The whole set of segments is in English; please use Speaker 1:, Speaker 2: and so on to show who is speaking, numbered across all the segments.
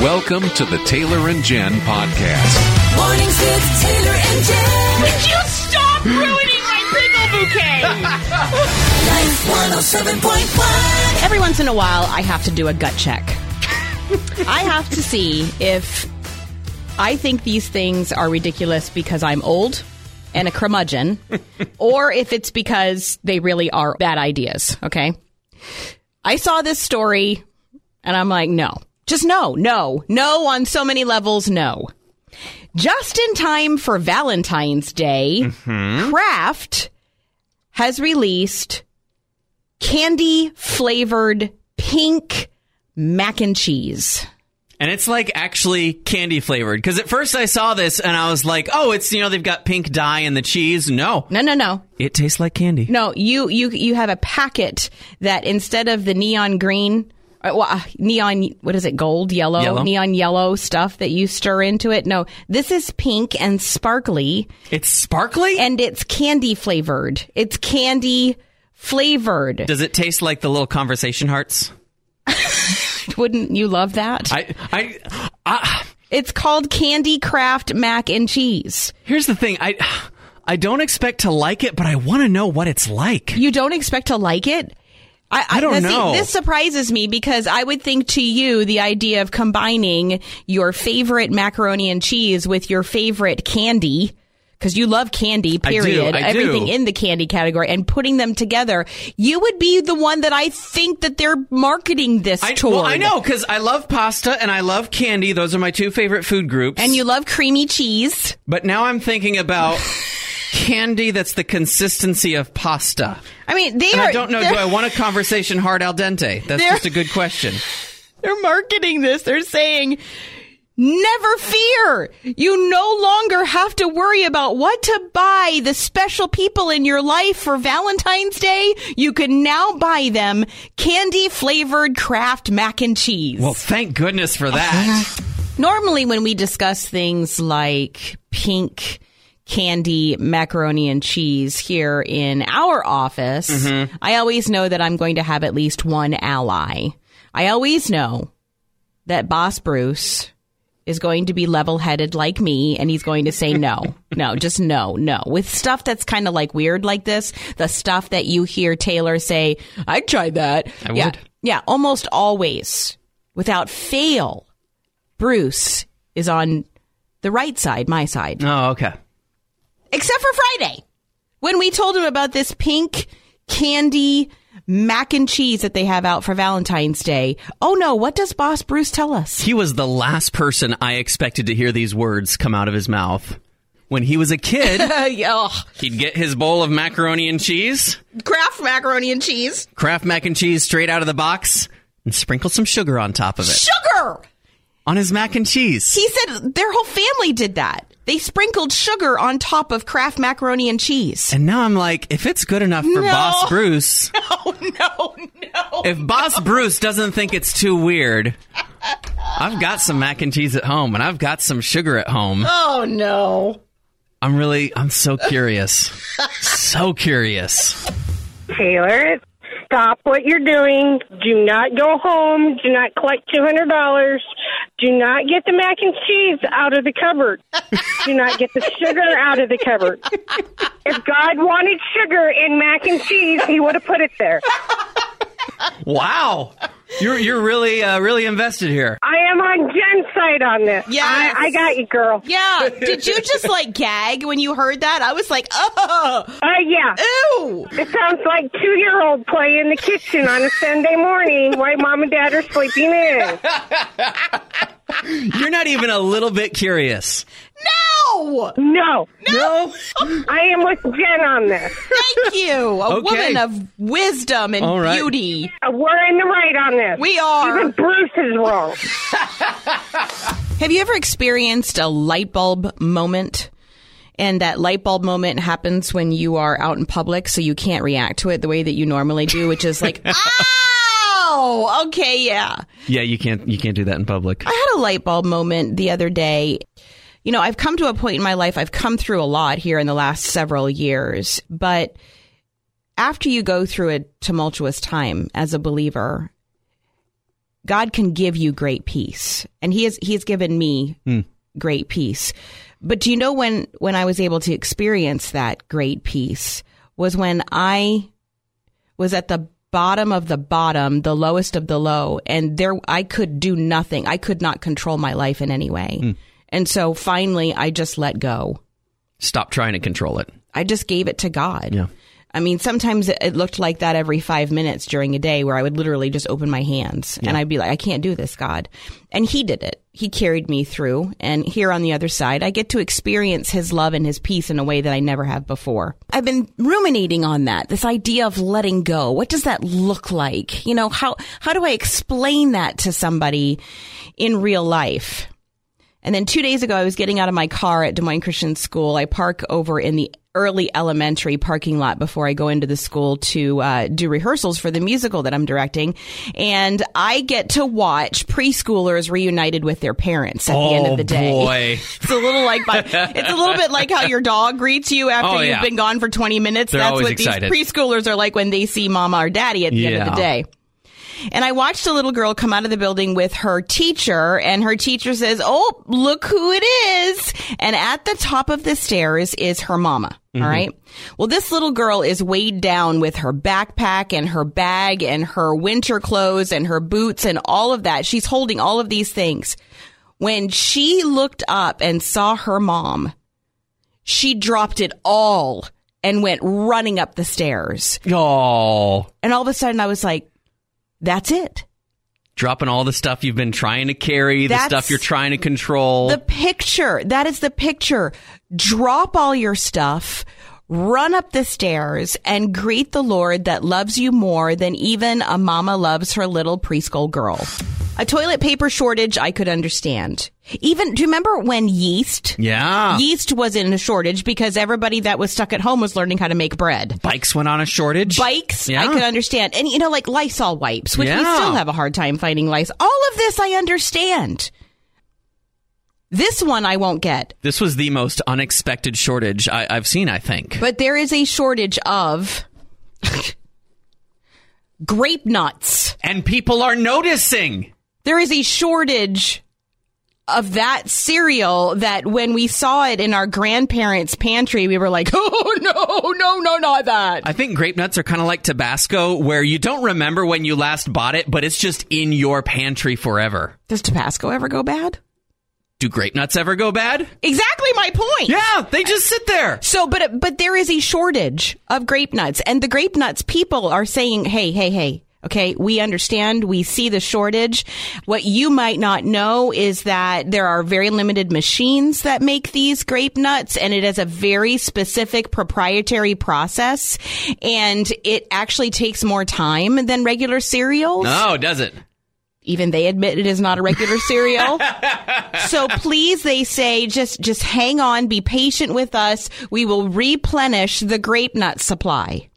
Speaker 1: Welcome to the Taylor and Jen podcast.
Speaker 2: Mornings with Taylor and Jen.
Speaker 3: Would you stop ruining my pickle bouquet?
Speaker 2: Life 107.1.
Speaker 4: Every once in a while, I have to do a gut check. I have to see if I think these things are ridiculous because I'm old and a curmudgeon, or if it's because they really are bad ideas, okay? I saw this story and I'm like, no, just no, no, no on so many levels, no. Just in time for Valentine's Day, Kraft has released candy flavored pink mac and cheese.
Speaker 5: And it's like actually candy flavored. Because at first I saw this and I was like, oh, it's, you know, they've got pink dye in the cheese. No,
Speaker 4: No, no, no.
Speaker 5: it tastes like candy.
Speaker 4: No, you you you have a packet that instead of the neon green uh, well, uh, neon what is it gold yellow,
Speaker 5: Yellow.
Speaker 4: neon yellow stuff that you stir into it no this is pink and sparkly
Speaker 5: It's sparkly?
Speaker 4: and it's candy flavored it's candy flavored
Speaker 5: Does it taste like the little conversation hearts?
Speaker 4: wouldn't you love that
Speaker 5: I, I, I
Speaker 4: it's called candy craft mac and cheese
Speaker 5: here's the thing. I, I don't expect to like it, but I want to know what it's like.
Speaker 4: you don't expect to like it. I,
Speaker 5: I don't
Speaker 4: now,
Speaker 5: know.
Speaker 4: See, this surprises me because I would think to you the idea of combining your favorite macaroni and cheese with your favorite candy. Because you love candy,
Speaker 5: I do,
Speaker 4: period.
Speaker 5: I do.
Speaker 4: Everything in the candy category and putting them together, you would be the one that I think that they're marketing this
Speaker 5: I,
Speaker 4: toward.
Speaker 5: well, I know because I love pasta and I love candy. Those are my two favorite food groups.
Speaker 4: And you love creamy cheese.
Speaker 5: but now I'm thinking about candy that's the consistency of pasta.
Speaker 4: I mean, they
Speaker 5: And
Speaker 4: are.
Speaker 5: I don't know. Do
Speaker 4: they're-
Speaker 5: I want a conversation hard al dente? That's
Speaker 4: They're-
Speaker 5: just a good question.
Speaker 4: They're marketing this. They're saying, never fear. You no longer have to worry about what to buy the special people in your life for Valentine's Day. You can now buy them candy flavored craft mac and cheese.
Speaker 5: Well, thank goodness for that.
Speaker 4: Normally, when we discuss things like pink candy, macaroni, and cheese here in our office,
Speaker 5: Mm-hmm.
Speaker 4: I always know that I'm going to have at least one ally. I always know that Boss Bruce is going to be level headed like me and he's going to say no, no, just no, no. With stuff that's kind of like weird like this, the stuff that you hear Taylor say, I'd try that.
Speaker 5: I
Speaker 4: yeah,
Speaker 5: would.
Speaker 4: Yeah, almost always without fail. Bruce is on the right side, my side,
Speaker 5: oh, okay.
Speaker 4: except for Friday when we told him about this pink candy mac and cheese that they have out for Valentine's Day. Oh no, what does Boss Bruce tell us?
Speaker 5: He was the last person I expected to hear these words come out of his mouth. When he was a kid,
Speaker 4: Uh, Ugh.
Speaker 5: he'd get his bowl of macaroni and cheese,
Speaker 4: Kraft macaroni and cheese.
Speaker 5: Kraft mac and cheese straight out of the box, and sprinkle some sugar on top of it.
Speaker 4: Sugar!
Speaker 5: On his mac and cheese.
Speaker 4: He said their whole family did that. They sprinkled sugar on top of Kraft macaroni and cheese.
Speaker 5: And now I'm like, if it's good enough
Speaker 4: No.
Speaker 5: for Boss Bruce,
Speaker 4: Oh, no, no.
Speaker 5: if Boss Bruce doesn't think it's too weird, I've got some mac and cheese at home and I've got some sugar at home.
Speaker 4: Oh, no.
Speaker 5: I'm really, I'm so curious. so curious.
Speaker 6: Taylor, stop what you're doing. Do not go home. Do not collect $200. Do not get the mac and cheese out of the cupboard. Do not get the sugar out of the cupboard. If God wanted sugar in mac and cheese, he would have put it there.
Speaker 5: Wow. You're, you're really, uh, really invested here.
Speaker 6: I am on Jen's side on this.
Speaker 4: Yes.
Speaker 6: I, I got you, girl.
Speaker 4: Yeah. Did you just like gag when you heard that? I was like, oh,
Speaker 6: Uh, yeah.
Speaker 4: ew.
Speaker 6: It sounds like two year old play in the kitchen on a Sunday morning while mom and dad are sleeping in.
Speaker 5: You're not even a little bit curious.
Speaker 4: No.
Speaker 6: No,
Speaker 5: No.
Speaker 6: I am with Jen on this.
Speaker 4: Thank you. A
Speaker 5: Okay.
Speaker 4: woman of wisdom and
Speaker 5: All right.
Speaker 4: beauty.
Speaker 6: Uh, We're in the right on this.
Speaker 4: We are.
Speaker 6: Even Bruce is wrong.
Speaker 4: Have you ever experienced a light bulb moment? And that light bulb moment happens when you are out in public, so you can't react to it the way that you normally do, which is like, oh, okay, yeah.
Speaker 5: Yeah, you can't, you can't do that in public.
Speaker 4: I had a light bulb moment the other day. You know, I've come to a point in my life, I've come through a lot here in the last several years, but after you go through a tumultuous time as a believer, God can give you great peace, and He has He has given me great peace. But do you know when when I was able to experience that great peace was when I was at the bottom of the bottom, the lowest of the low, and there I could do nothing. I could not control my life in any way. And so finally, I just let go.
Speaker 5: Stop trying to control it.
Speaker 4: I just gave it to God.
Speaker 5: Yeah.
Speaker 4: I mean, sometimes it- it looked like that every five minutes during a day where I would literally just open my hands and I'd be like, I can't do this, God. And He did it. He carried me through. And here on the other side, I get to experience His love and His peace in a way that I never have before. I've been ruminating on that, this idea of letting go. What does that look like? You know, how, how do I explain that to somebody in real life? And then two days ago, I was getting out of my car at Des Moines Christian School. I park over in the early elementary parking lot before I go into the school to uh, do rehearsals for the musical that I'm directing. And I get to watch preschoolers reunited with their parents at the end of the day.
Speaker 5: Oh, boy.
Speaker 4: It's a little like my, it's a little bit like how your dog greets you after
Speaker 5: Oh,
Speaker 4: you've
Speaker 5: yeah.
Speaker 4: been gone for 20 minutes.
Speaker 5: They're
Speaker 4: That's
Speaker 5: always
Speaker 4: what
Speaker 5: excited.
Speaker 4: these preschoolers are like when they see mama or daddy at the end of the
Speaker 5: Yeah.
Speaker 4: day. And I watched a little girl come out of the building with her teacher, and her teacher says, Oh, look who it is. And at the top of the stairs is her mama. all right. Well, this little girl is weighed down with her backpack and her bag and her winter clothes and her boots and all of that. She's holding all of these things. When she looked up and saw her mom, she dropped it all and went running up the stairs.
Speaker 5: Oh,
Speaker 4: And all of a sudden, I was like, That's it.
Speaker 5: dropping all the stuff you've been trying to carry, the
Speaker 4: That's-
Speaker 5: stuff you're trying to control.
Speaker 4: The picture. That is the picture. Drop all your stuff, run up the stairs, and greet the Lord that loves you more than even a mama loves her little preschool girl. A toilet paper shortage, I could understand. Even, do you remember when yeast?
Speaker 5: yeah.
Speaker 4: Yeast was in a shortage because everybody that was stuck at home was learning how to make bread.
Speaker 5: Bikes went on a shortage.
Speaker 4: Bikes, I
Speaker 5: Yeah.
Speaker 4: could understand. And, you know, like Lysol wipes, which we
Speaker 5: Yeah.
Speaker 4: still have a hard time finding Lysol. All of this I understand. This one I won't get.
Speaker 5: This was the most unexpected shortage I- I've seen, I think.
Speaker 4: But there is a shortage of grape nuts.
Speaker 5: and people are noticing.
Speaker 4: There is a shortage of that cereal that when we saw it in our grandparents' pantry, we were like, oh, no, no, no, not that.
Speaker 5: I think grape nuts are kind of like Tabasco, where you don't remember when you last bought it, but it's just in your pantry forever.
Speaker 4: Does Tabasco ever go bad?
Speaker 5: Do grape nuts ever go bad?
Speaker 4: Exactly my point.
Speaker 5: Yeah, they just sit there.
Speaker 4: So, but but there is a shortage of grape nuts, and the grape nuts people are saying, "Hey, hey, hey." Okay, we understand. We see the shortage. What you might not know is that there are very limited machines that make these grape nuts and it is a very specific proprietary process and it actually takes more time than regular cereals
Speaker 5: No, does it?
Speaker 4: even they admit it is not a regular cereal. so please, they say, just just hang on, be patient with us. We will replenish the grape nut supply.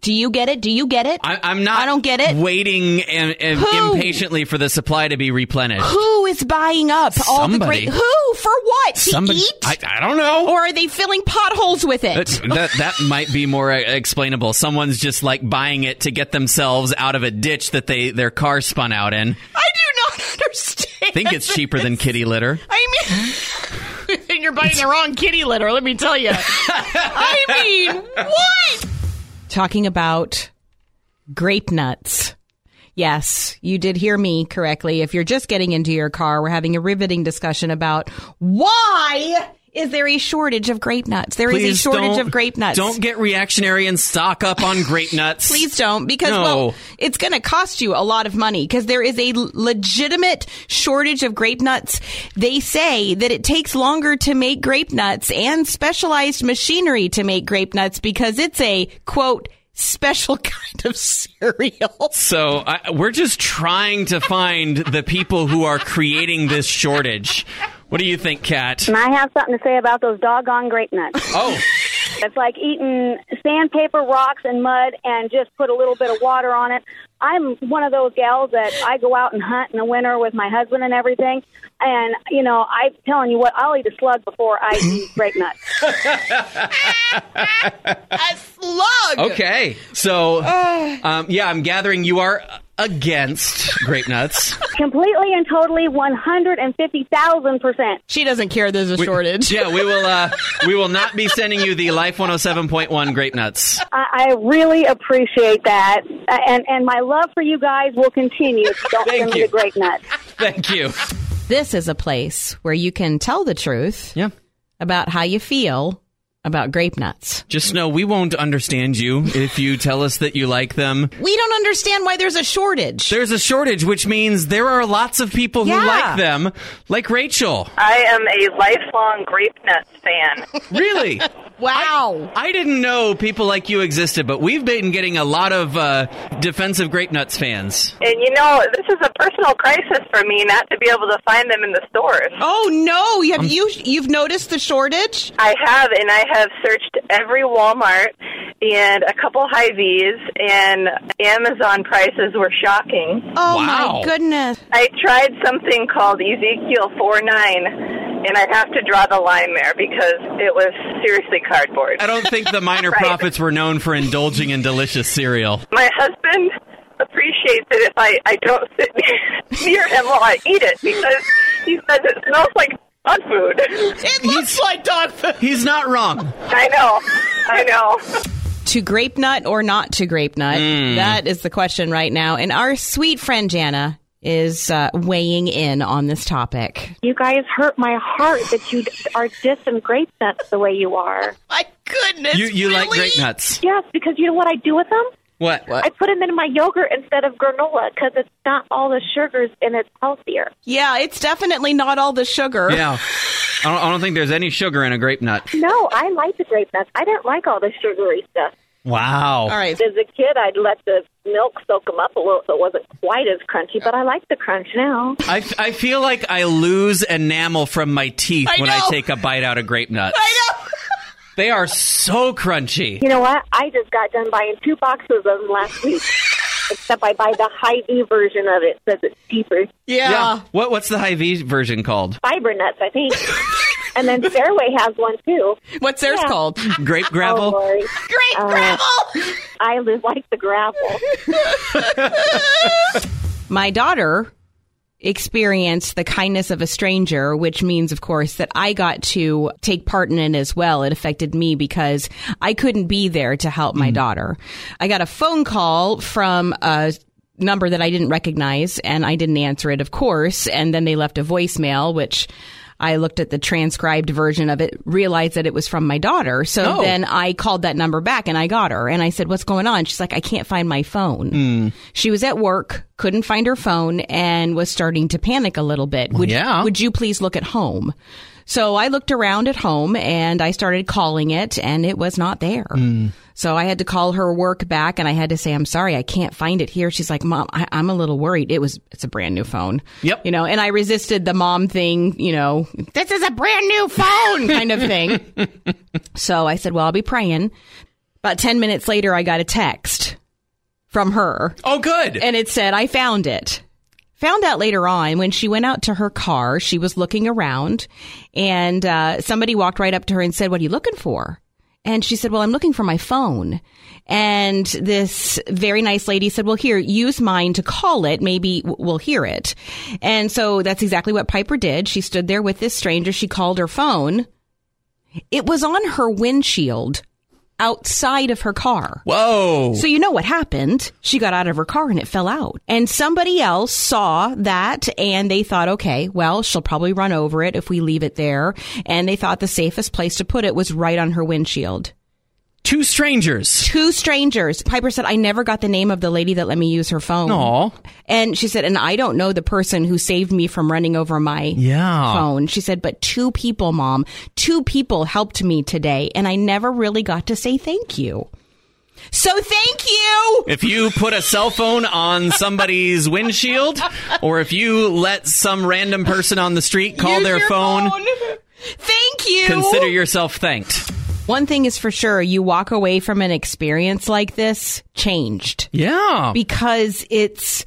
Speaker 4: Do you get it? Do you get it?
Speaker 5: I, I'm not.
Speaker 4: I don't get it.
Speaker 5: Waiting and, and
Speaker 4: Who?
Speaker 5: impatiently for the supply to be replenished.
Speaker 4: Who is buying up all the
Speaker 5: Somebody.
Speaker 4: grape? Who for what? To eat?
Speaker 5: I, I don't know.
Speaker 4: or are they filling potholes with it?
Speaker 5: That's- that that might be more uh, explainable. Someone's just like buying it to get themselves out of a ditch that they their car spun out in.
Speaker 4: I do not understand.
Speaker 5: I think it's cheaper than kitty litter.
Speaker 4: I mean, you're biting the wrong kitty litter, let me tell you. I mean, what? Talking about grape nuts. Yes, you did hear me correctly. If you're just getting into your car, we're having a riveting discussion about why is there a shortage of grape nuts? There is a
Speaker 5: Please
Speaker 4: shortage
Speaker 5: don't-
Speaker 4: of grape nuts.
Speaker 5: Don't get reactionary and stock up on grape nuts.
Speaker 4: Please don't, because
Speaker 5: No.
Speaker 4: well, it's going to cost you a lot of money because there is a l- legitimate shortage of grape nuts. They say that it takes longer to make grape nuts and specialized machinery to make grape nuts because it's a quote special kind of cereal.
Speaker 5: So I, we're just trying to find the people who are creating this shortage. What do you think, Kat?
Speaker 7: And I have something to say about those doggone grape nuts.
Speaker 5: Oh,
Speaker 7: it's like eating sandpaper, rocks, and mud, and just put a little bit of water on it. I'm one of those gals that I go out and hunt in the winter with my husband and everything. And you know, I'm telling you what, I'll eat a slug before I eat grape nuts.
Speaker 4: A slug.
Speaker 5: Uh. okay. So, um, yeah, I'm gathering you are against grape nuts.
Speaker 7: Completely and totally 150,000%.
Speaker 4: She doesn't care there's a shortage.
Speaker 5: yeah, we will. Uh, we will not be sending you the Life 107.1 grape nuts.
Speaker 7: I, I really appreciate that. Uh, and, and my love for you guys will continue if you don't
Speaker 5: Thank
Speaker 7: send me
Speaker 5: you.
Speaker 7: the grape nuts.
Speaker 5: Thank you.
Speaker 4: This is a place where you can tell the truth
Speaker 5: Yeah.
Speaker 4: about how you feel about grape nuts.
Speaker 5: Just know we won't understand you if you tell us that you like them.
Speaker 4: We don't understand why there's a shortage.
Speaker 5: There's a shortage, which means there are lots of people
Speaker 4: Yeah.
Speaker 5: who like them, like Rachel.
Speaker 8: I am a lifelong grape nuts fan.
Speaker 5: Really?
Speaker 4: wow.
Speaker 5: I didn't know people like you existed, but we've been getting a lot of uh, defensive grape nuts fans.
Speaker 8: And you know, this is a personal crisis for me not to be able to find them in the stores.
Speaker 4: oh no, have you you've noticed the shortage?
Speaker 8: I have, and I have searched every Walmart and a couple Hy-Vees, and Amazon prices were shocking.
Speaker 4: Oh
Speaker 5: Wow.
Speaker 4: my goodness.
Speaker 8: I tried something called Ezekiel 49, and I have to draw the line there because it was seriously cardboard.
Speaker 5: I don't think the minor
Speaker 8: Right.
Speaker 5: prophets were known for indulging in delicious cereal.
Speaker 8: My husband appreciates it if I, I don't sit near him while I eat it because he says it smells like dog food.
Speaker 4: It looks like dog food.
Speaker 5: He's not wrong.
Speaker 8: I know. I know.
Speaker 4: To grape nut or not to grape nut?
Speaker 5: Mm.
Speaker 4: That is the question right now. And our sweet friend Jana is uh, weighing in on this topic.
Speaker 9: You guys hurt my heart that you are dissing grape nuts the way you are.
Speaker 4: My goodness.
Speaker 5: you you like grape nuts.
Speaker 9: Yes, because you know what I do with them?
Speaker 5: What?
Speaker 9: I put them in my yogurt instead of granola because it's not all the sugars and it's healthier.
Speaker 4: Yeah, it's definitely not all the sugar.
Speaker 5: Yeah. I don't, I don't think there's any sugar in a grape nut.
Speaker 9: No, I like the grape nuts. I didn't like all the sugary stuff.
Speaker 5: Wow.
Speaker 4: All right.
Speaker 9: As a kid, I'd let the milk soak them up a little so it wasn't quite as crunchy, but I like the crunch now.
Speaker 5: I, f- I feel like I lose enamel from my teeth
Speaker 4: I
Speaker 5: when I
Speaker 4: know.
Speaker 5: take a bite out of grape nuts.
Speaker 4: I know.
Speaker 5: They are so crunchy.
Speaker 9: You know what? I just got done buying two boxes of them last week. Except I buy the high V version of it because it's cheaper.
Speaker 4: Yeah.
Speaker 5: What what's the high V version called?
Speaker 9: Fiber nuts, I think. and then Fairway has one too.
Speaker 4: What's theirs
Speaker 9: Yeah.
Speaker 4: called?
Speaker 5: Grape
Speaker 9: Oh,
Speaker 5: gravel?
Speaker 9: Lori.
Speaker 4: Great gravel.
Speaker 9: I live like the gravel.
Speaker 4: My daughter experienced the kindness of a stranger, which means, of course, that I got to take part in it as well. It affected me because I couldn't be there to help my daughter. I got a phone call from a number that I didn't recognize and I didn't answer it, of course. And then they left a voicemail, which I looked at the transcribed version of it, realized that it was from my daughter. So
Speaker 5: Oh.
Speaker 4: then I called that number back and I got her and I said, What's going on? She's like, I can't find my phone. She was at work, couldn't find her phone, and was starting to panic a little bit. Would,
Speaker 5: yeah.
Speaker 4: would you please look at home? So I looked around at home and I started calling it, and it was not there.
Speaker 5: Hmm.
Speaker 4: So I had to call her work back and I had to say, I'm sorry, I can't find it here. She's like, Mom, I, I'm a little worried. It was, it's a brand new phone.
Speaker 5: Yep.
Speaker 4: You know, and I resisted the mom thing, you know, this is a brand new phone kind of thing. so I said, Well, I'll be praying. About 10 minutes later, I got a text from her
Speaker 5: Oh good.
Speaker 4: and it said, I found it. Found out later on when she went out to her car, she was looking around and uh, somebody walked right up to her and said, What are you looking for? And she said, Well, I'm looking for my phone. And this very nice lady said, Well, here, use mine to call it. Maybe w- we'll hear it. And so that's exactly what Piper did. She stood there with this stranger. She called her phone. It was on her windshield outside of her car.
Speaker 5: Whoa.
Speaker 4: So you know what happened? She got out of her car and it fell out. And somebody else saw that and they thought, okay, well, she'll probably run over it if we leave it there. And they thought the safest place to put it was right on her windshield.
Speaker 5: Two strangers.
Speaker 4: Two strangers. Piper said, I never got the name of the lady that let me use her phone.
Speaker 5: Aw.
Speaker 4: And she said, and I don't know the person who saved me from running over my
Speaker 5: Yeah.
Speaker 4: phone. She said, but two people, mom, two people helped me today and I never really got to say thank you. So thank you.
Speaker 5: If you put a cell phone on somebody's windshield, or if you let some random person on the street call
Speaker 4: Use
Speaker 5: their
Speaker 4: your
Speaker 5: phone,
Speaker 4: Thank you.
Speaker 5: consider yourself thanked.
Speaker 4: One thing is for sure, you walk away from an experience like this changed
Speaker 5: Yeah.
Speaker 4: because it's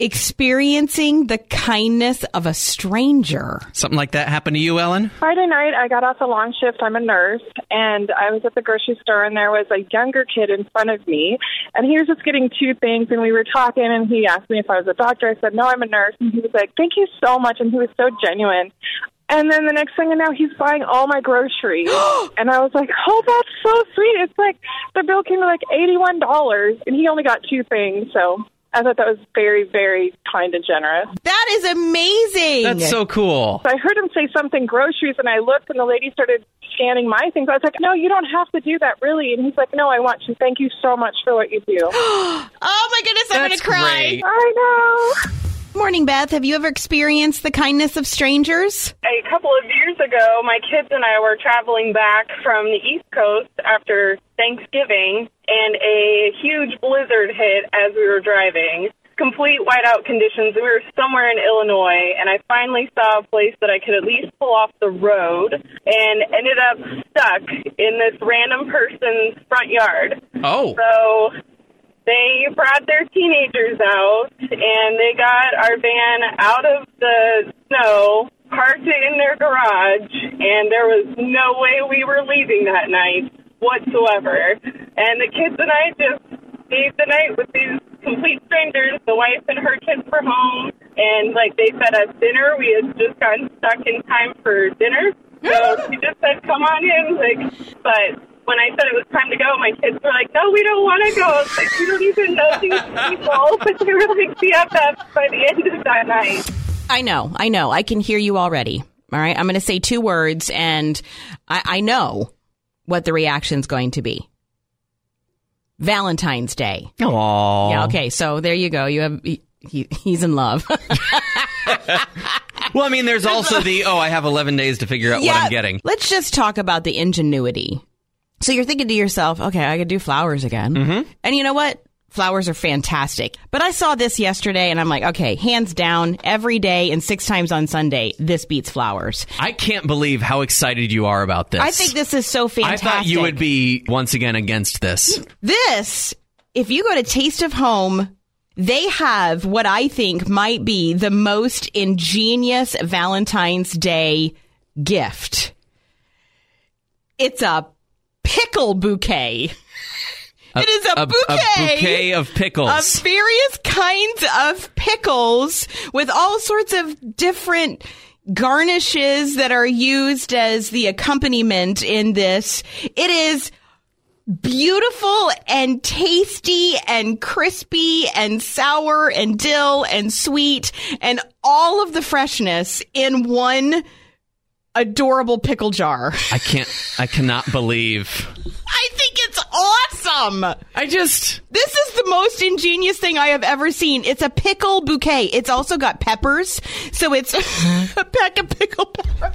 Speaker 4: experiencing the kindness of a stranger.
Speaker 5: Something like that happened to you, Ellen?
Speaker 10: Friday night, I got off a long shift. I'm a nurse, and I was at the grocery store, and there was a younger kid in front of me, and he was just getting two things, and we were talking, and he asked me if I was a doctor. I said, "No, I'm a nurse," and he was like, "Thank you so much," and he was so genuine. And then the next thing I know, he's buying all my groceries, and I was like, "Oh, that's so sweet!" It's like the bill came to like eighty-one dollars, and he only got two things, so. I thought that was very, very kind and generous.
Speaker 4: That is amazing.
Speaker 5: That's so cool.
Speaker 10: So I heard him say something groceries, and I looked, and the lady started scanning my things. I was like, "No, you don't have to do that, really." And he's like, "No, I want to. Thank you so much for what you do."
Speaker 4: Oh my goodness, I'm going
Speaker 5: That's
Speaker 4: to cry.
Speaker 5: great.
Speaker 10: I know.
Speaker 4: Morning, Beth. Have you ever experienced the kindness of strangers?
Speaker 10: a couple of years ago, my kids and I were traveling back from the East Coast after Thanksgiving, and a huge blizzard hit as we were driving. Complete whiteout conditions. We were somewhere in Illinois, and I finally saw a place that I could at least pull off the road and ended up stuck in this random person's front yard.
Speaker 5: Oh,
Speaker 10: So they brought their teenagers out and they got our van out of the snow, parked it in their garage, and there was no way we were leaving that night whatsoever. And the kids and I just stayed the night with these complete strangers. The wife and her kids were home, and like they fed us dinner. We had just gotten stuck in time for dinner. So she just said, "Come on in." Like, but when I said it was time to go, my kids were like, "No, we don't want to go. It's Like, we don't even know these people." But they were like BFFs by the end of that night.
Speaker 4: I know, I know. I can hear you already. All right. I'm going to say two words, and I, I know what the reaction's going to be Valentine's Day.
Speaker 5: Aw.
Speaker 4: Yeah. Okay. So there you go. You have. He, he- he's in love.
Speaker 5: Well, I mean, there's also the oh, I have 11 days to figure out what I'm getting.
Speaker 4: Let's just talk about the ingenuity. So you're thinking to yourself, okay, I could do flowers again. Mm-hmm. And you know what? Flowers are fantastic. But I saw this yesterday and I'm like, okay, hands down, every day and six times on Sunday, this beats flowers.
Speaker 5: I can't believe how excited you are about this.
Speaker 4: I think this is so
Speaker 5: I
Speaker 4: fantastic.
Speaker 5: thought you would be once again against this.
Speaker 4: This, if you go to Taste of Home, they have what I think might be the most ingenious Valentine's Day gift. It's a pickle bouquet. it is a,
Speaker 5: A,
Speaker 4: bouquet.
Speaker 5: a bouquet of
Speaker 4: of
Speaker 5: pickles.
Speaker 4: various kinds of pickles with all sorts of different garnishes that are used as the accompaniment in this. It is beautiful and tasty and crispy and sour and dill and sweet and all of the freshness in one adorable pickle jar.
Speaker 5: I can't. I cannot believe.
Speaker 4: I think it's awesome.
Speaker 5: I just.
Speaker 4: This is the most ingenious thing I have ever seen. It's a pickle bouquet. It's also got peppers, so it's a pack of pickle peppers.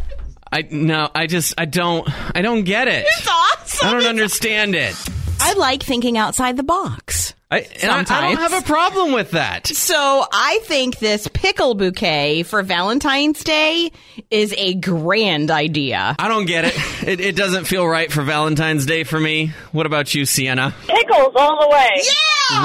Speaker 5: I no. I just. I don't. I don't get it.
Speaker 4: It's awesome.
Speaker 5: I don't
Speaker 4: It's-
Speaker 5: understand it.
Speaker 4: I like thinking outside the box.
Speaker 5: I, and I, I don't
Speaker 4: Sometimes.
Speaker 5: have a problem with that.
Speaker 4: So I think this pickle bouquet for Valentine's Day is a grand idea.
Speaker 5: I don't get it. It, it doesn't feel right for Valentine's Day for me. What about you, Sienna?
Speaker 9: Pickles all the way.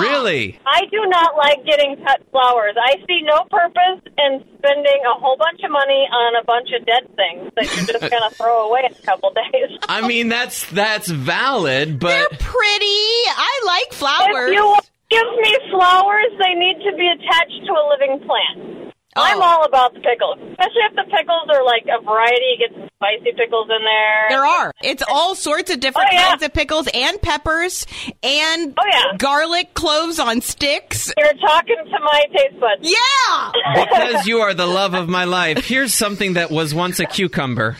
Speaker 5: Really?
Speaker 9: I do not like getting cut flowers. I see no purpose in spending a whole bunch of money on a bunch of dead things that you're just going to throw away in a couple days.
Speaker 5: I mean, that's that's valid,
Speaker 4: They're
Speaker 5: but
Speaker 4: pretty. I like flowers.
Speaker 9: If you give me flowers, they need to be attached to a living plant. I'm
Speaker 4: Oh.
Speaker 9: all about the pickles, especially if the pickles are like a variety. You get some spicy pickles in there.
Speaker 4: There are. It's all sorts of different
Speaker 9: Oh, yeah.
Speaker 4: kinds of pickles and peppers and
Speaker 9: Oh, yeah.
Speaker 4: garlic cloves on sticks.
Speaker 9: You're talking to my taste buds.
Speaker 4: Yeah.
Speaker 5: because you are the love of my life, here's something that was once a cucumber.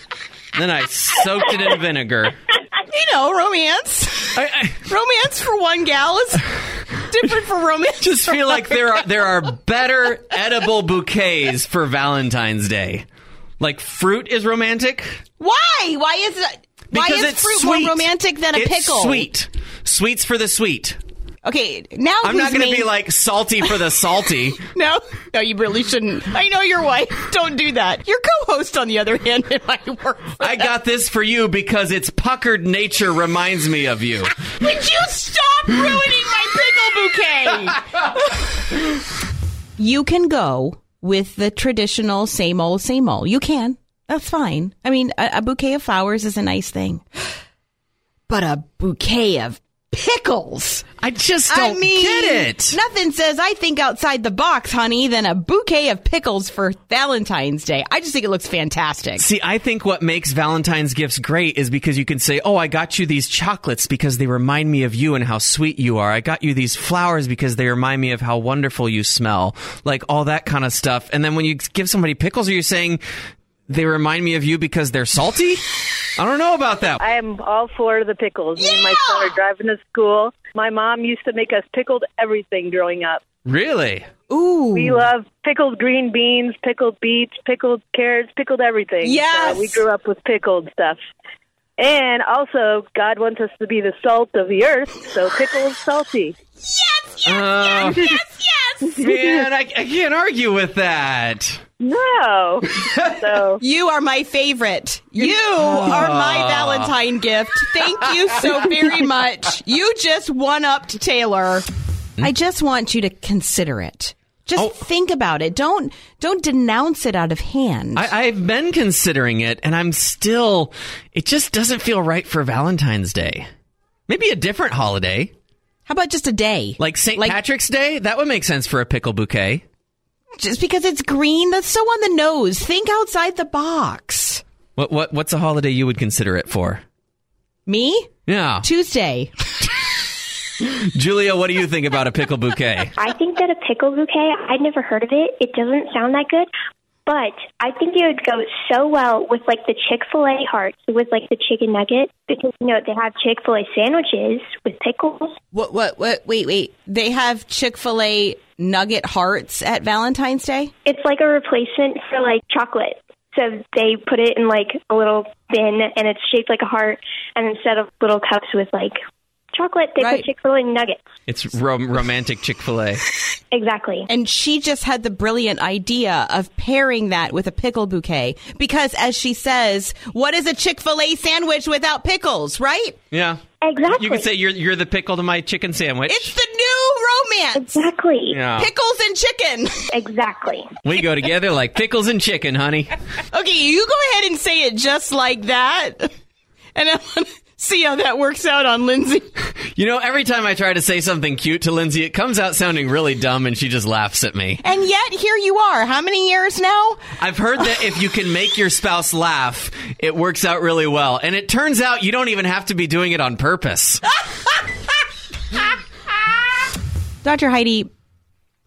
Speaker 5: Then I soaked it in vinegar.
Speaker 4: You know, romance.
Speaker 5: I, I
Speaker 4: romance for one gal is different from romance.
Speaker 5: just feel like there are there are better edible bouquets for Valentine's Day. Like fruit is romantic
Speaker 4: Why? Why is it? Why
Speaker 5: because
Speaker 4: is
Speaker 5: it's
Speaker 4: fruit
Speaker 5: sweet.
Speaker 4: more romantic than a
Speaker 5: It's
Speaker 4: pickle?
Speaker 5: Sweet, sweets for the sweet.
Speaker 4: Okay, now
Speaker 5: I'm not
Speaker 4: who's
Speaker 5: going to
Speaker 4: made-
Speaker 5: be like salty for the salty.
Speaker 4: no, no, you really shouldn't. I know your wife. Don't do that. Your co-host, on the other hand, and I work. For
Speaker 5: I got this for you because its puckered nature reminds me of you.
Speaker 4: Would you stop ruining my pickle bouquet? you can go with the traditional same old, same old. You can. That's fine. I mean, a, a bouquet of flowers is a nice thing. But a bouquet of pickles.
Speaker 5: I just
Speaker 4: I
Speaker 5: don't
Speaker 4: mean,
Speaker 5: get it.
Speaker 4: Nothing says I think outside the box, honey, than a bouquet of pickles for Valentine's Day. I just think it looks fantastic.
Speaker 5: See, I think what makes Valentine's gifts great is because you can say, "Oh, I got you these chocolates because they remind me of you and how sweet you are. I got you these flowers because they remind me of how wonderful you smell." Like all that kind of stuff. And then when you give somebody pickles, are you saying they remind me of you because they're salty? I don't know about that.
Speaker 9: I am all for the pickles. Me and my son are driving to school. My mom used to make us pickled everything growing up.
Speaker 5: Really?
Speaker 4: Ooh.
Speaker 9: We love pickled green beans, pickled beets, pickled carrots, pickled everything.
Speaker 4: Yes.
Speaker 9: So we grew up with pickled stuff. And also, God wants us to be the salt of the earth, so pickles salty.
Speaker 5: Uh, Man, I, I can't argue with that.
Speaker 9: No. So
Speaker 4: You are my favorite. You are my Valentine gift. Thank you so very much. You just one upped Taylor. I just want you to consider it. Just think about it. Don't don't denounce it out of hand.
Speaker 5: I, I've been considering it, and I'm still. It just doesn't feel right for Valentine's Day. Maybe a different holiday,
Speaker 4: How about just a day?
Speaker 5: like St. Patrick's Day. That would make sense for a pickle bouquet.
Speaker 4: Just because it's green, that's so on the nose. Think outside the box.
Speaker 5: What what what's a holiday you would consider it for?
Speaker 4: Me?
Speaker 5: Yeah,
Speaker 4: Tuesday.
Speaker 5: Julia, what do you think about a pickle bouquet?
Speaker 11: I think that a pickle bouquet, I'd never heard of it. It doesn't sound that good, but I think it would go so well with like the Chick fil A hearts, with like the chicken nugget, because you know, they have Chick fil A sandwiches with pickles.
Speaker 4: What what what wait, wait. They have Chick-fil-A nugget hearts at Valentine's Day?
Speaker 11: It's like a replacement for like chocolate. So they put it in like a little bin and it's shaped like a heart, and instead of little cups with like chocolate, they
Speaker 4: Right.
Speaker 11: put Chick fil A nuggets.
Speaker 5: It's rom- romantic Chick Fil A.
Speaker 11: Exactly.
Speaker 4: And she just had the brilliant idea of pairing that with a pickle bouquet. Because as she says, what is a Chick fil A sandwich without pickles, right?
Speaker 5: Yeah,
Speaker 11: Exactly.
Speaker 5: you could say you're you're the pickle to my chicken sandwich.
Speaker 4: It's the new romance.
Speaker 11: Exactly.
Speaker 5: yeah,
Speaker 4: Pickles and chicken.
Speaker 11: Exactly.
Speaker 5: we go together like pickles and chicken, honey.
Speaker 4: okay, you go ahead and say it just like that. And I want to see how that works out on Lindsay.
Speaker 5: You know, every time I try to say something cute to Lindsay, it comes out sounding really dumb and she just laughs at me.
Speaker 4: And yet, here you are. How many years now?
Speaker 5: I've heard that if you can make your spouse laugh, it works out really well. And it turns out you don't even have to be doing it on purpose.
Speaker 4: Dr. Heidi,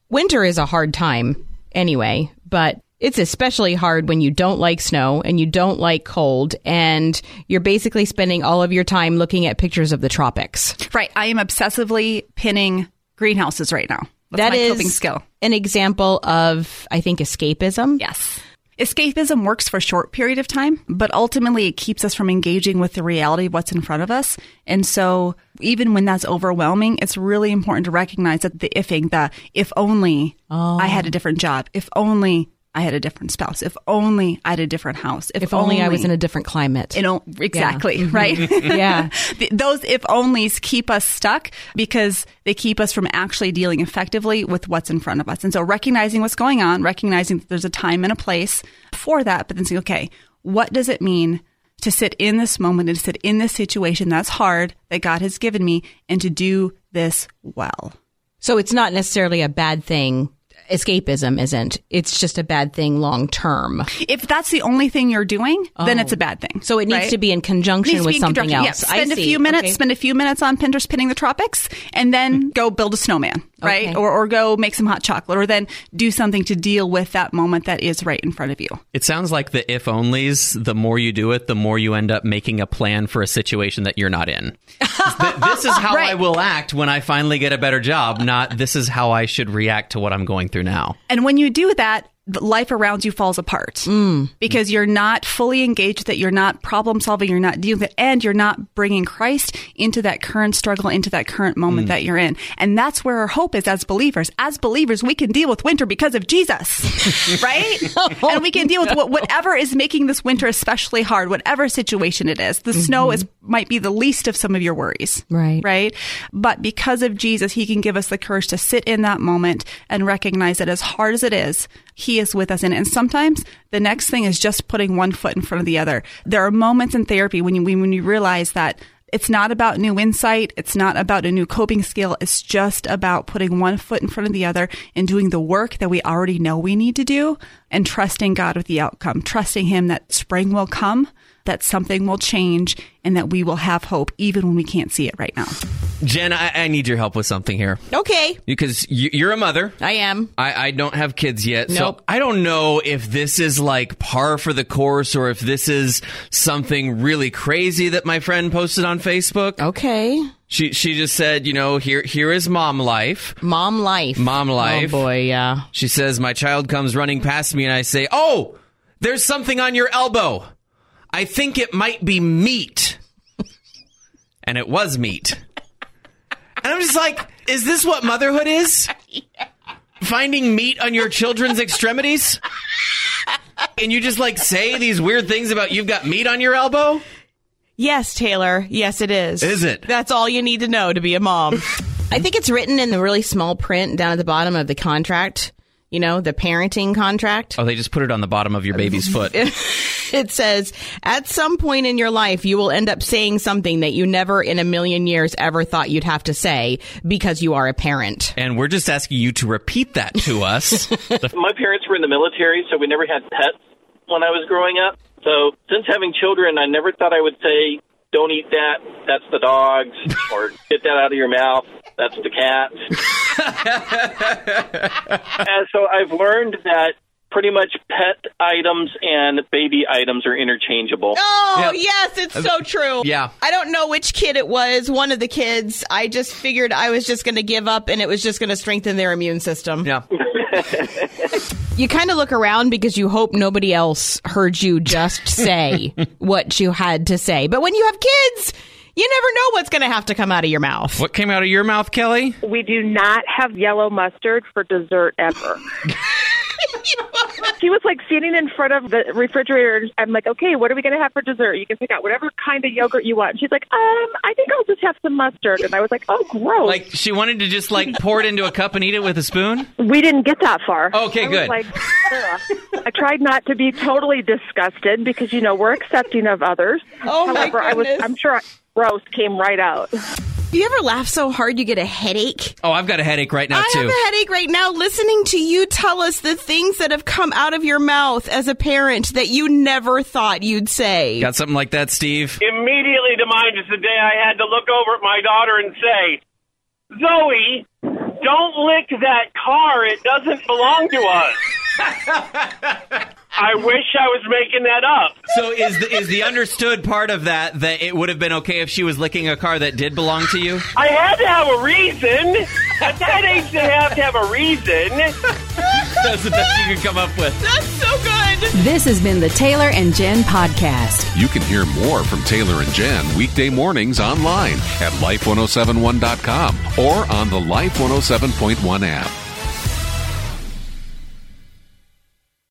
Speaker 4: winter is a hard time anyway, but it's especially hard when you don't like snow and you don't like cold and you're basically spending all of your time looking at pictures of the tropics.
Speaker 10: Right. I am obsessively pinning greenhouses right now. That's
Speaker 4: That
Speaker 10: my
Speaker 4: is
Speaker 10: coping skill.
Speaker 4: an example of, I think, escapism.
Speaker 10: Yes. Escapism works for a short period of time, but ultimately it keeps us from engaging with the reality of what's in front of us. And so, even when that's overwhelming, it's really important to recognize that the ifing, the if only I had a different job, if only I had a different spouse, if only I had a different house,
Speaker 4: If only, I was in a different climate.
Speaker 10: you know exactly right
Speaker 4: Yeah.
Speaker 10: Th- those if onlys keep us stuck because they keep us from actually dealing effectively with what's in front of us and so recognizing what's going on recognizing that there's a time and a place for that but then saying okay what does it mean to sit in this moment and sit in this situation that's hard that god has given me and to do this well
Speaker 4: so it's not necessarily a bad thing. Escapism isn't. It's just a bad thing long term.
Speaker 10: if that's the only thing you're doing then it's a bad thing
Speaker 4: So it needs
Speaker 10: Oh. right?
Speaker 4: to be in conjunction
Speaker 10: Needs to
Speaker 4: with
Speaker 10: be in
Speaker 4: something
Speaker 10: conjunction.
Speaker 4: else.
Speaker 10: Yeah,
Speaker 4: I
Speaker 10: spend a
Speaker 4: see.
Speaker 10: few minutes,
Speaker 4: Okay. Hmm.
Speaker 10: spend a few minutes on Pinterest pinning the tropics, and then go build a snowman, right?
Speaker 4: Okay.
Speaker 10: Or, or go make some hot chocolate, or then do something to deal with that moment that is right in front of you.
Speaker 5: It sounds like the if onlys, the more you do it, the more you end up making a plan for a situation that you're not in. Th- this is how I will act when I finally get a better job, not this is how I should react to what I'm going through now.
Speaker 10: And when you do that,
Speaker 11: the life around you falls apart because you're not fully engaged that you're not problem solving you're not dealing with it and you're not bringing christ into that current struggle into that current moment
Speaker 6: Mm.
Speaker 11: that you're in and that's where our hope is as believers as believers we can deal with winter because of jesus right and we can deal with what, whatever is making this winter especially hard whatever situation it is the snow
Speaker 4: Mhm.
Speaker 11: is might be the least of some of your worries
Speaker 4: Right.
Speaker 11: right? But because of Jesus, he can give us the courage to sit in that moment and recognize that as hard as it is, he is with us in it. And sometimes the next thing is just putting one foot in front of the other. There are moments in therapy when you, when you realize that it's not about new insight. It's not about a new coping skill. It's just about putting one foot in front of the other and doing the work that we already know we need to do and trusting God with the outcome, trusting Him that spring will come, that something will change, and that we will have hope even when we can't see it right now.
Speaker 5: Jen, I, I need your help with something here.
Speaker 4: Okay.
Speaker 5: Because you, you're a mother.
Speaker 4: I am.
Speaker 5: I, I don't have kids yet,
Speaker 4: Nope.
Speaker 5: so I don't know if this is like par for the course or if this is something really crazy that my friend posted on
Speaker 4: Oh.
Speaker 5: Facebook.
Speaker 4: Okay.
Speaker 5: She she just said, you know, here here is mom life.
Speaker 4: Mom life.
Speaker 5: Mom life.
Speaker 4: Oh, boy, yeah.
Speaker 5: She says, My child comes running past me and I say, Oh, there's something on your elbow. I think it might be meat. and it was meat. And I'm just like, is this what motherhood is? Finding meat on your children's extremities? And you just like say these weird things about you've got meat on your elbow?
Speaker 4: Yes, Taylor. Yes, it is.
Speaker 5: Is it?
Speaker 4: That's all you need to know to be a mom. I think it's written in the really small print down at the bottom of the contract, you know, the parenting contract.
Speaker 5: Oh, they just put it on the bottom of your baby's foot.
Speaker 4: it says, at some point in your life, you will end up saying something that you never in a million years ever thought you'd have to say because you are a parent.
Speaker 5: And we're just asking you to repeat that to us.
Speaker 10: My parents were in the military, so we never had pets when I was growing up. So since having children, I never thought I would say, "Don't eat that. That's the dog's," or "Get that out of your mouth. That's the cat." and so I've learned that pretty much pet items and baby items are interchangeable.
Speaker 4: Oh, yes, it's so true.
Speaker 10: Yeah.
Speaker 4: I don't know which kid it was, one of the kids. I just figured I was just going to give up and it was just going to strengthen their immune system.
Speaker 5: Yeah.
Speaker 4: you kind of look around because you hope nobody else heard you just say what you had to say. But when you have kids, you never know what's going to have to come out of your mouth.
Speaker 5: What came out of your mouth, Kelly?
Speaker 6: We do not have yellow mustard for dessert ever. she was like sitting in front of the refrigerator. and I'm like, okay, what are we going to have for dessert? You can pick out whatever kind of yogurt you want. And she's like, um, I think I'll just have some mustard. And I was like, oh, gross.
Speaker 5: Like she wanted to just like pour it into a cup and eat it with a spoon?
Speaker 6: we didn't get that far.
Speaker 5: Okay,
Speaker 6: I was
Speaker 5: good.
Speaker 6: like, ugh. I tried not to be totally disgusted because you know we're accepting of others.
Speaker 4: Oh, my
Speaker 6: However, I was.
Speaker 4: goodness.
Speaker 6: I'm sure gross came right out.
Speaker 4: Do you ever laugh so hard you get a headache?
Speaker 5: Oh, I've got a headache right now
Speaker 4: I
Speaker 5: too.
Speaker 4: have a headache right now listening to you tell us the things that have come out of your mouth as a parent that you never thought you'd say.
Speaker 5: Got something like that, Steve?
Speaker 12: Immediately to mind is the day I had to look over at my daughter and say, Zoe, don't lick that car. It doesn't belong to us. I wish I was making that up.
Speaker 5: So is the, is the understood part of that that it would have been okay if she was licking a car that did belong to you?
Speaker 12: I had to have a reason. At that age, they have to have a reason.
Speaker 5: That's the best you could come up with.
Speaker 4: That's so good.
Speaker 2: This has been the Taylor and Jen podcast.
Speaker 1: You can hear more from Taylor and Jen weekday mornings oh online at life1071.com or on the Life 107.1 app.